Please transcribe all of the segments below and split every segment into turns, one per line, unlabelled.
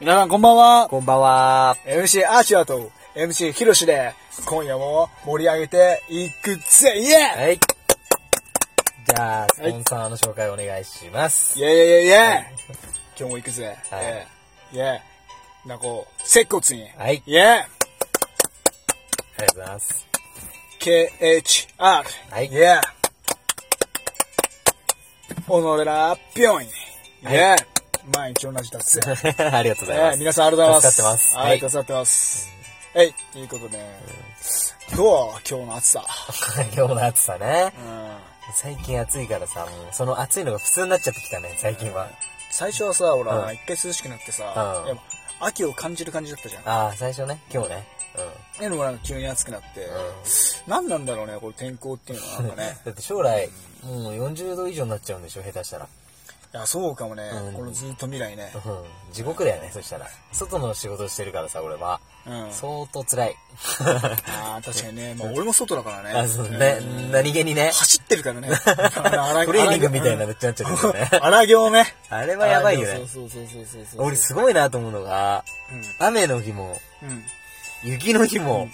皆さんこんばんは。
こんばんは。
MC アーチュアと MC ヒロシで、今夜も盛り上げていくぜイエ
はい。じゃあ、スポンサーの紹介お願いします。
イイエイイエイイエイイエイ今日も行くぜ。
はい
ええイエイなんかこう、接骨に。
はい。
イエ
ありがとうございます。
イ !KHR!
はい
イエイおのれら、ぴょんイエイ毎日同じだっす。
ありがとうございま
えー、
す。
皆さんありがとうございます。
助かってます。
はい、助かってます。えい、ということで、どう今日の暑さ。
はい。 今日の暑さね。
うん。
最近暑いからさ、もうその暑いのが普通になっちゃってきたね、最近は。
最初はさ、ほら、
うん
一回涼しくなってさ、
うん
やっぱ秋を感じる感じだったじゃん。
ああ、最初ね、今日ね。う
でもなんか急に暑くなって、
ん。うん
何なんだろうね、これ天候っていうのはなんか ね。
だって将来、もう40度以上になっちゃうんでしょ、下手したら。
いや、そうかもね、
うん
このずっと未来ね。
うん。地獄だよね、そしたら。外の仕事してるからさ、俺は。
うん。
相当辛い。
ああ、確かにね、まあ俺も外だからね。
あ、そう
うん
ね、何気にね。
走ってる からね。ト
トレーニングみたいなのっちゃっちゃうよね。
荒行ね。
あれはやばいよ
そう
ね。
そうそうそうそうそう。
俺すごいなと思うのが、雨の日も、
うん。うん。
雪の日も、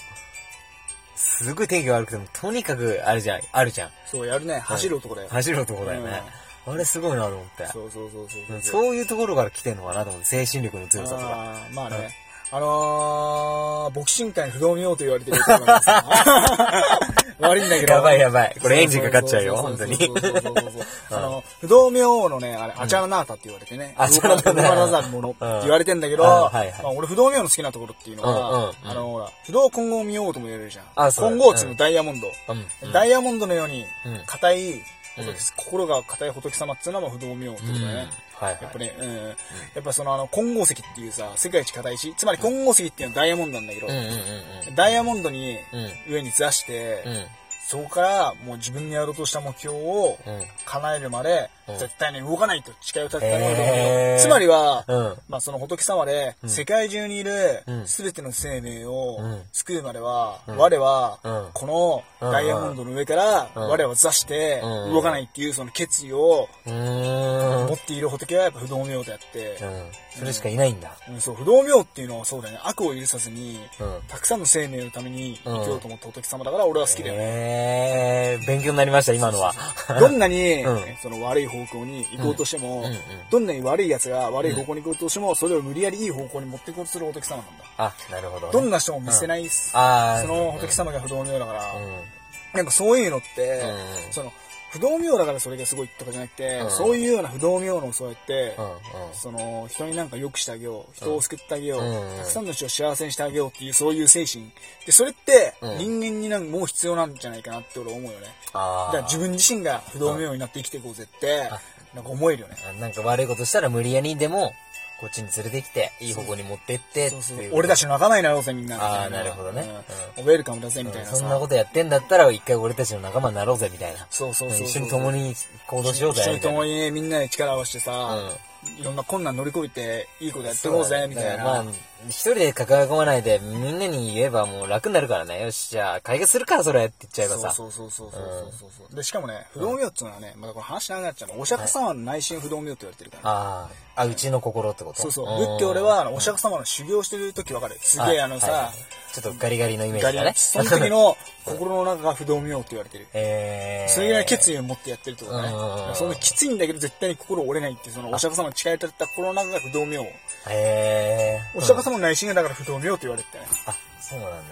すごい天気悪くても、とにかく、あるじゃん、あるじゃん。
そう、やるね。走る男だよ。
走るとこだよね。あれすごいなと思って。
そうそうそうそう
うん
う。
そういうところから来てんのかなと思って、精神力の強さとか。
あーまあね。あのー、ボクシング界の不動明王と言われてる男なんですよ悪いんだけど。
やばいやばい。これエンジンかかっちゃうよ、
そ
本
そ
当
そ
に。
そうそうそうそうあの、不動明王のね、あれ、アチャラナータって言われてね。
アチャラナータ
動かなざるものって言われてんだけど、
うんあはいはい
まあ俺不動明王の好きなところっていうの
うんうんう
は
ん、
あの、ほら、不動混合明王とも言われるじゃん。
あそう
混合値のダイヤモンド。
うんうん
ダイヤモンドのように
うん、
硬い、仏心が硬い仏様っていうのは不動明王ってことだよね。
はい
やっぱ
は
ね、うん、やっぱそのあの、金剛石っていうさ、世界一硬い石、つまり金剛石っていうのはダイヤモンドなんだけど、
い。うんうんうん
ダイヤモンドに
うん
上にずらして、
うん。うん。
そこからもう自分にやろうとした目標を
うん
叶えるまで、
うん
絶対に動かないと誓いを立てたものだけ
へ
ど、
ー
つまりは、
うん
まあその仏様で、
ん
世界中にいる
うん
全ての生命を
うん
救うまでは、
ん
我は
うん、
このダイヤモンドの上から、
うん
我は座して
うん
動かないっていうその決意を
うーん
持っている仏はやっぱ不動明王であって、
うん。それしかいないんだ。
うん、そう、不動明王っていうのはそうだよね。悪を許さずに、
うん
たくさんの生命のために生きようと思った仏様だから、俺は好きだよね。
えー、勉強になりました、今のは。
どんなに、
うん
その悪い方向に行こうとしても、
うんうん
どんなに悪い奴が悪い方向に行こうとしても、それを無理やりいい方向に持っていこうとする仏様なんだ。
あ、なるほどね。
どんな人も見せない、す
あー
その仏様が不動明王だから、
う
なんかそういうのって、
うん
その、不動明王だからそれがすごいとかじゃなくて、
うん
そういうような不動明王のそうやって、
ん。うん。うん。
その人になんか良くしてあげよう人を救ってあげよう、
うん
たくさんの人を幸せにしてあげようっていうそういう精神でそれって
うん
人間になんかもう必要なんじゃないかなって俺思うよねだ
ああ。
から自分自身が不動明王になって生きていこうぜってなんか思えるよね
あなんか悪いことしたら無理やりでも、こっちに連れてきて、いい方向に持ってって、
そうそう
っていう
俺たちの仲間になろうぜみんなみたい
あーなるほどね
うんウェルカムだぜみたいな
う
さ、
んそんなことやってんだったら、一回俺たちの仲間になろうぜ、みたいな。
そうそうそうそう
一緒に共に行動しようぜ、
一緒に
みたいな
共にねみんなで力を合わせてさ、いろんな困難乗り越えていいことやっていこうぜみたい
だ
な、
からまあ、一人で抱え込まないで、みんなに言えばもう楽になるからね。よし、じゃあ、解決するから、それって言っちゃえばさ。
そうそうそうそうそうそうそう、でしかもね不動明王っていうのはねまだこれ話長くなっちゃうのお釈迦様の内心不動明王って言われてるから、
ああ。あ、うちの心ってこと
そうそううん仏教ではあのお釈迦様の修行してる時わかるすげ
はい
えあのさ、
はいちょっとガリガリのイメー
ガリ
ジだ
ガ
ね
リ。その 時の心の中が不動明王って言われてる、
えー。
それぐらい決
意。
意を持ってやってるってことね、
うんうんうん
そのきついんだけど絶対に心折れないっていうそのお釈迦様の誓い立てた心の中が不動明王
えー。
お釈迦様の内心がだから不動明王と言われてたね
あ、そうなんだね。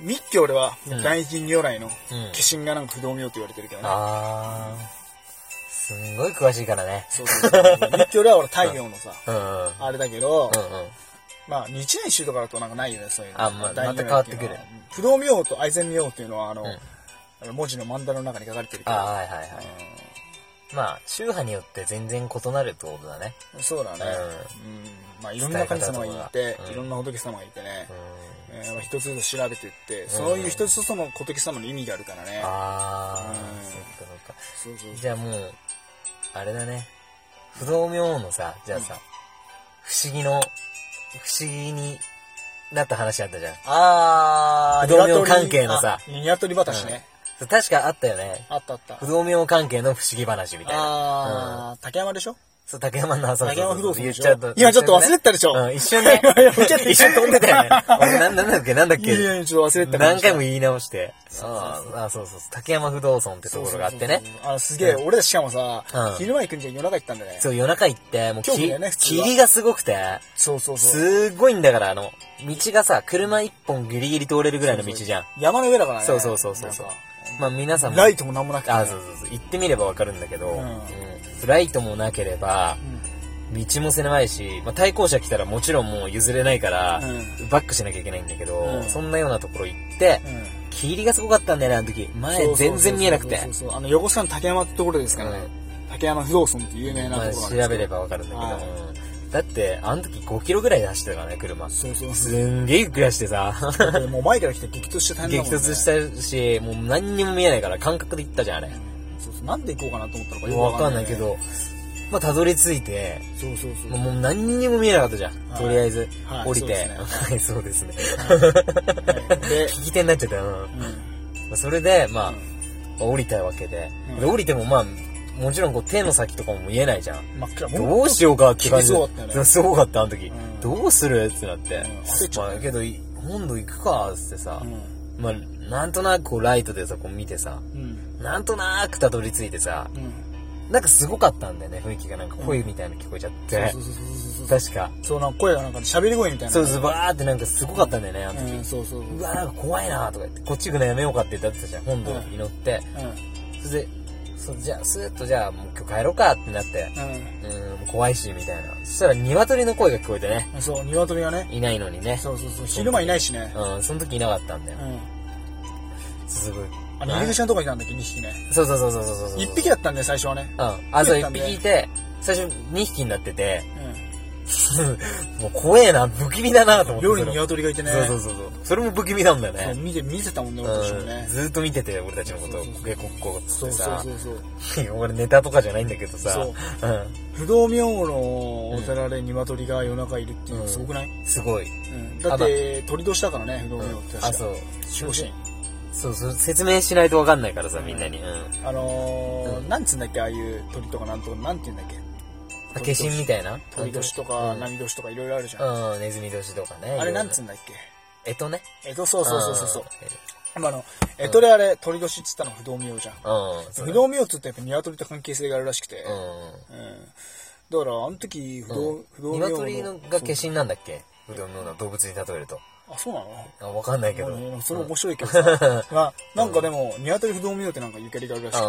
密教では大金如来の化
うん
身がなんか不動明王と言われてるけどね、
あー。すんごい詳しいからね。
そうそうそう密教では俺太陽のさ、
うんうん。うん
あれだけど、
うん。
まあ、日蓮宗とかだとなんかないよね、そういうの。
あまあ
大名
また変わってくる
いうのは不動明王と愛禅明王っていうのは、あの、あの文字の曼荼羅の中に書かれてるけ
あ
ど、
ー、はいはいはい。まあ、宗派によって全然異なるってことだね。
そうだね。うん。まあ、いろんな神様がいて、いろんな仏様がいてね、えーまあ一つずつ調べていって、そういう一つずつの仏様の意味があるからね。う
あ
ん
ー、そっかそっか。
そうそう
じゃあもう、あれだね。不動明王のさ、じゃあさ、不思議の、不思議になった話あったじゃん。
あ
不動明王関係のさ
ニワトリ私ね。
確かあったよね。
あったあった
不。動明王関係の不思議話みたいな。
あー、竹山でしょ
そう、竹山の朝
竹山不動産
言
で
っ
しょ
ちゃうと。
今ちょっと忘れてたでしょ
うん、一瞬ね。
いやいやいや
一瞬飛んでたよね。俺なんなんだっけなんだっ
いやいやい
け
や、ちょっと忘れてた
何回も
い
言い直して。あーあ、そうそうそう。竹山不動産ってところがあってね。。
あの、すげえ、
う
俺らしかもさ
うん、
昼間行くんじゃ夜中行ったんだね。
そう、夜中行って、もうき
恐怖だよね普通は
霧がすごくて、
そうそうそう。
すごいんだから、あの、道がさ、車一本ギリギリ通れるぐらいの道じゃん。
山の上だからね。
そうそうそうそうそうまあ皆さ
なんん
も
か。ライトもなんもなくてね。
あ、そうそうそう。行ってみればわかるんだけど、
うん
うんライトもなければ、道も狭いし、まあ、対向車来たらもちろんもう譲れないから、
う
バックしなきゃいけないんだけど、
うん
そんなようなところ行って、
うん。うん
霧がすごかったんだよね、あの時。
そ
前
うそうそう
全然見えなくて。
そうそうそうあの、横須賀の竹山ってところですからね。竹山不動産って有名な
ま
ところな
あ
んですけど
調べればわかるんだけど、
はい
うんだって、あの時5キロぐらい走ってたからね、車。す
そうそうそ
んげえゆっくり走ってさ、
う。もう前から来て激突して大変
激
だもんね。
突したし、もう何にも見えないから感覚で行ったじゃん、あれ。
そうそう。なんで行こうかなと思ったのかよく
わかんないけ
ね。
ど、まあ、たどり着いて、
そうそうそう。
もうもう何にも見えなかったじゃん。
はい
とりあえず、
はい
降りて。
は
はい、そうですね。
で、
聞き手になっちゃったよ。うん
うん。
まあそれで、まあ、降りたわけで,、
うん
で降りてもまあもちろんこう手の先とかも見えないじゃん、
真っ暗。
どうしようかって感じ
厳しそうだったよね
そうすごかったあの時、
ん
どうするってなって、
ん焦っちゃ
ま
った
あけどい本土行くかっつってさ、
う
まあなんとなくこうライトでさこう見てさ
ん。うん。
なんとなくたどり着いてさ
うん。
なんかすごかったんだよね雰囲気がなんか声みたいなの聞こえちゃって、
そうそうそうそうそう。
確か
そう、なんか声がなんか喋り声みたいな。
そうズバーってなんかすごかったんだよねあの時、
うん、そうそうそうう。
わなんか怖いなとか言ってこっち行くのやめようかって言ってたじゃん本土に乗って、
うん。うん。
それで、そうじゃあ、スーッとじゃあ、もう今日帰ろうかってなって、うん、怖いし、みたいな。そしたら、鶏の声が聞こえてね、
そう、鶏がね。
いないのにね。
そうそうそう。昼間いないしね。
うん、その時いなかったんだ
う
よ。
ん。
すごい。
あの、入り口のとこにいたんだっけ、2匹ね。
そうそうそうそうそうそう。
1匹だったんだよ、最初はね。
うん。あ、そ
増
う、
えた
一
んだよ
匹いて、最初二匹になってて、
う
もう怖えな、不気味だなと思
ん。
って。
料理
そ
に
れも
鶏がいてね。
そうそうそうそう。それも不気味なんだよ
そう
ね。
見て、見せたもんね、
う
私もね
ん、。ずーっと見てて、俺たちのことを、
そうそう
こ
そう
けこっこっつ
そ
って
うそう
さ
そ、うそう。
俺ネタとかじゃないんだけどさ、
そう
う
不動明王のお寺で鶏が夜中いるっていうのはすごくない
ん、すごい。
うん。だって、鳥年だからね、不動明王って確か。
あ、そう。
守護神。
そうそう、説明しないと分かんないからさ、みんなに。うん。
あの
う
ー、なんつうんだっけ、ああいう鳥とかなんとか、なんて言うんだっけ。
化身みたいな
鳥年とか、波年とかいろいろあるじゃん。
うん、うんネズミ年とかね。
あれなんつ
う
うんだっけ。
えとね。
えっと、そうそうそうそうそう。
う
今あの、えとであれ、鳥年っつったの不動明王じゃん。
ん。うん。そう
不動明王っつってやっぱ鶏と関係性があるらしくて。
う
うん。だから、あの時、不動、不動
ん。
明王
鶏のが化身なんだっけうどんの動物に例えると。
あ、そうなの
あ、分かんないけど。
まあねそれ面白いけどさ。まあ、なんかでも、鶏不動明王ってなんかゆかりがあるらしくて、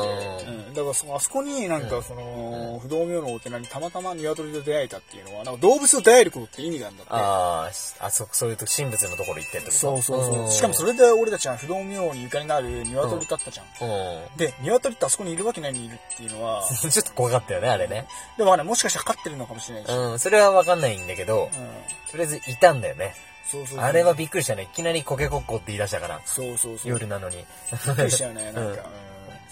う
うん、だからそあそこになんかその、不動明王のお寺にたまたま鶏と出会えたっていうのは、なんか動物と出会えることって意味があるんだって。
ああ、しあ、そ、そういうと神仏のところ行ってってこと
そうそうそう。
ん
しかもそれで俺たちは不動明王にゆかりのある鶏だったじゃん。
う
で、鶏ってあそこにいるわけないのにいるっていうのは、
ん。 ちょっと怖かったよね、あれね。
でもあれもしかしたら飼ってるのかもしれないし。うん。
うん、それは分かんないんだけど、とりあえずいたんだよね。
そうそうそう。
あれはびっくりしたね。いきなりコケコッコって言い出したから。
そうそうそう。
夜なのに。
びっくりしたよね、なんか。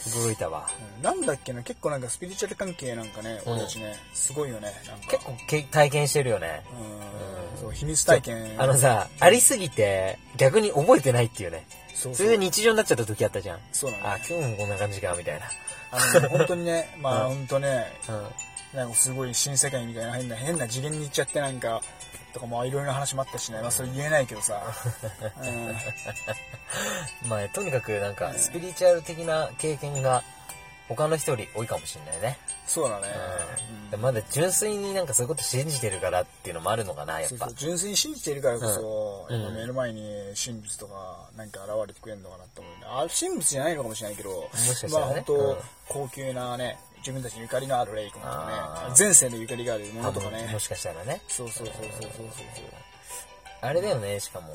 驚いたわ。
うんなんだっけな、結構なんかスピリチュアル関係なんかね、俺たちね、すごいよね、なんか。
結構け体験してるよね。
うんそう秘密体験
あのさ、ありすぎて逆に覚えてないっていうね。
そう
そ
そう
れで日常になっちゃった時あったじゃん。
そうなの
あ、今日もこんな感じか、みたいな。
あの本当にね まあ
うん
本当ね
うん。
なんかすごい新世界みたいな変な変な次元に行っちゃってなんかとかもいろいろな話もあったしねまあそれ言えないけど さうん
まあ、とにかくなんか、スピリチュアル的な経験が他の人より多いかもしれないね。
そうだね
うん。まだ純粋になんかそういうこと信じてるからっていうのもあるのかな、やっ
そうそ
ぱ
う。純粋に信じているからこそ
うん
やっぱ目の前に神仏とかなんか現れてくれるのかなって思うなあ神仏じゃないのかもしれないけど
しかした
まあ
らね
本
うん
当高級なね自分たちにゆかりのある霊魂とか
あ
ね
ー
前世のゆかりがあるものとか
あ
ね
もしかしたらね。
そうそうそうそうそうそうそう
あれだよね、しかも。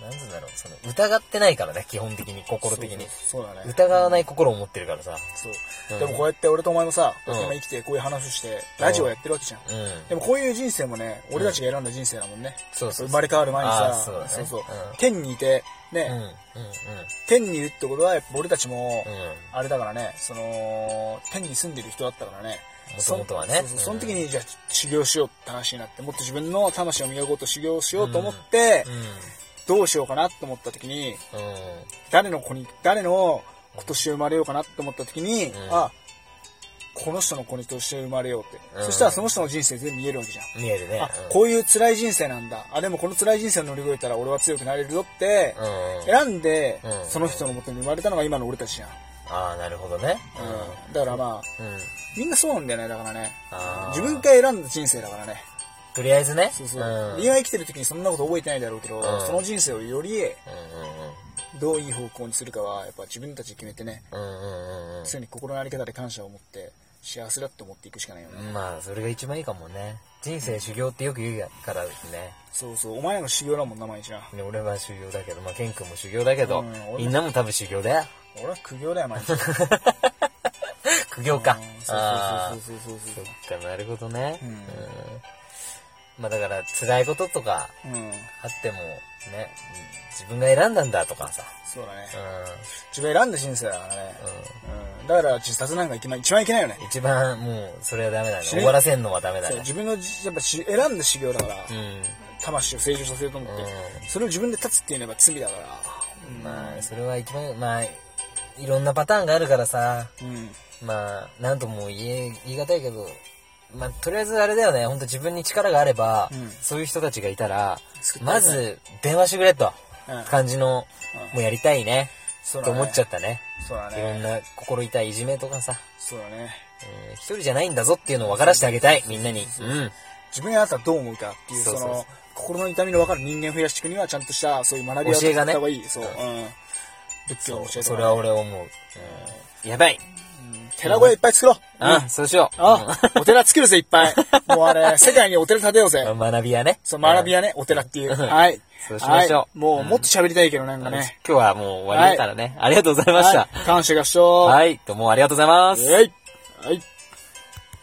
なんつうんだろう、その、疑ってないからね、基本的に、心的に。
そうそうそうだね
疑わない心を持ってるからさ。
そう、
うん
でもこうやって俺とお前もさ、
うん
今生きてこういう話をしてラジオやってるわけじゃん、
うん。
でもこういう人生もね俺たちが選んだ人生だもんね、
そうそうそう
生まれ変わる前に
あー
さ
そうだね
そうそう
うん
天にいてね、
うん、うん、うん。
天にいるってことはやっぱ俺たちも、
うん。
あれだからねその天に住んでる人だったからね
元々はね
そそうそうその時にじゃあ修行しようって話になってもっと自分の魂を磨こうと修行しようと思って、どうしようかなと思った時に
うん。うん。
誰の子に誰の今年生まれようかなと思った時に、
ん
あこの人の子にとして生まれようって、そしたらその人の人生全部見えるわけじゃん
見えるね
あ。こういう辛い人生なんだあでもこの辛い人生を乗り越えたら俺は強くなれるぞって
うん。うん
選んで、
うん
その人のもとに生まれたのが今の俺たちじゃん、
ああ、なるほどね。
だからまあ
うん。うん。
みんなそうなんだよねだからね
あー
自分から選んだ人生だからね
とりあえずね。
そうそう、
ん。
恋愛生きてる時にそんなこと覚えてないだろうけど、
ん
その人生をより
うんうんうん。
どういい方向にするかはやっぱ自分たちで決めてね
うんうんうん
常に心の在り方で感謝を持って幸せだと思っていくしかないよね、
うん。まあ、それが一番いいかもね。人生修行ってよく言うからですね。
そうそうお前らの修行だもん名前じゃん
ね俺は修行だけど、まあ、ケン君も修行だけど
うん、俺
みんなも多分修行だよ。
俺は苦行だよ毎 日
苦行か。
あ
あ
ー
あ
そうそうそうそうそうそう
そっか、なるほどね。
うん
まあ、だから、辛いこととか
うん
あっても、ね、自分が選んだんだとかさ。
そうだね
う
自分選んだ人生だからね、
ん。うん。
うん、だから自殺なんか一番一番いけないよね
一番もうそれはダメだね
死ぬ
終わらせんのはダメだ
そう
ね
自分のじやっぱし選んだ修行だから、
う
魂を成長させようと思って、
う
それを自分で立つっていうのはやっぱ罪だから
んまあそれは一番まあいろんなパターンがあるからさ
うん
まあ何とも言え言い難いけどまあとりあえずあれだよね本当自分に力があれば、
うん
そういう人たちがいたら
救ってく
ま
ださい
ず電話してくれと
うん
感じの、
うん
もうやりたいね
そうだ
と
ね
思っちゃったね
そうだ
いろん
ね
な心痛いいじめとかさ、
そうだね
うん一人じゃないんだぞっていうのを分からせてあげたいみんなにうん
自分にあったらどう思うかっていうそ
そうそうそう
の心の痛みの分かる人間を増やしていくにはちゃんとしたそういう学びを
教えがね
やった方がいいそう、うん、仏教の教えとかね
それは俺思う、うんやばい
寺小屋いっぱい作ろう、
あ、そうしよう。
あ、お寺作るぜ、いっぱ い。もうあれ、世界にお寺建てようぜ。
うん学びやね。
そう、学び
や。
やね、お寺っていう。はい。
そうしましょう
はいもう、もっと喋りたいけど、なんか
今
ね。
日はもう終わりだからね。ありがとうございまし
は
た
い。。感謝合唱。
はい、どうもありがとうございます。
はい。はい。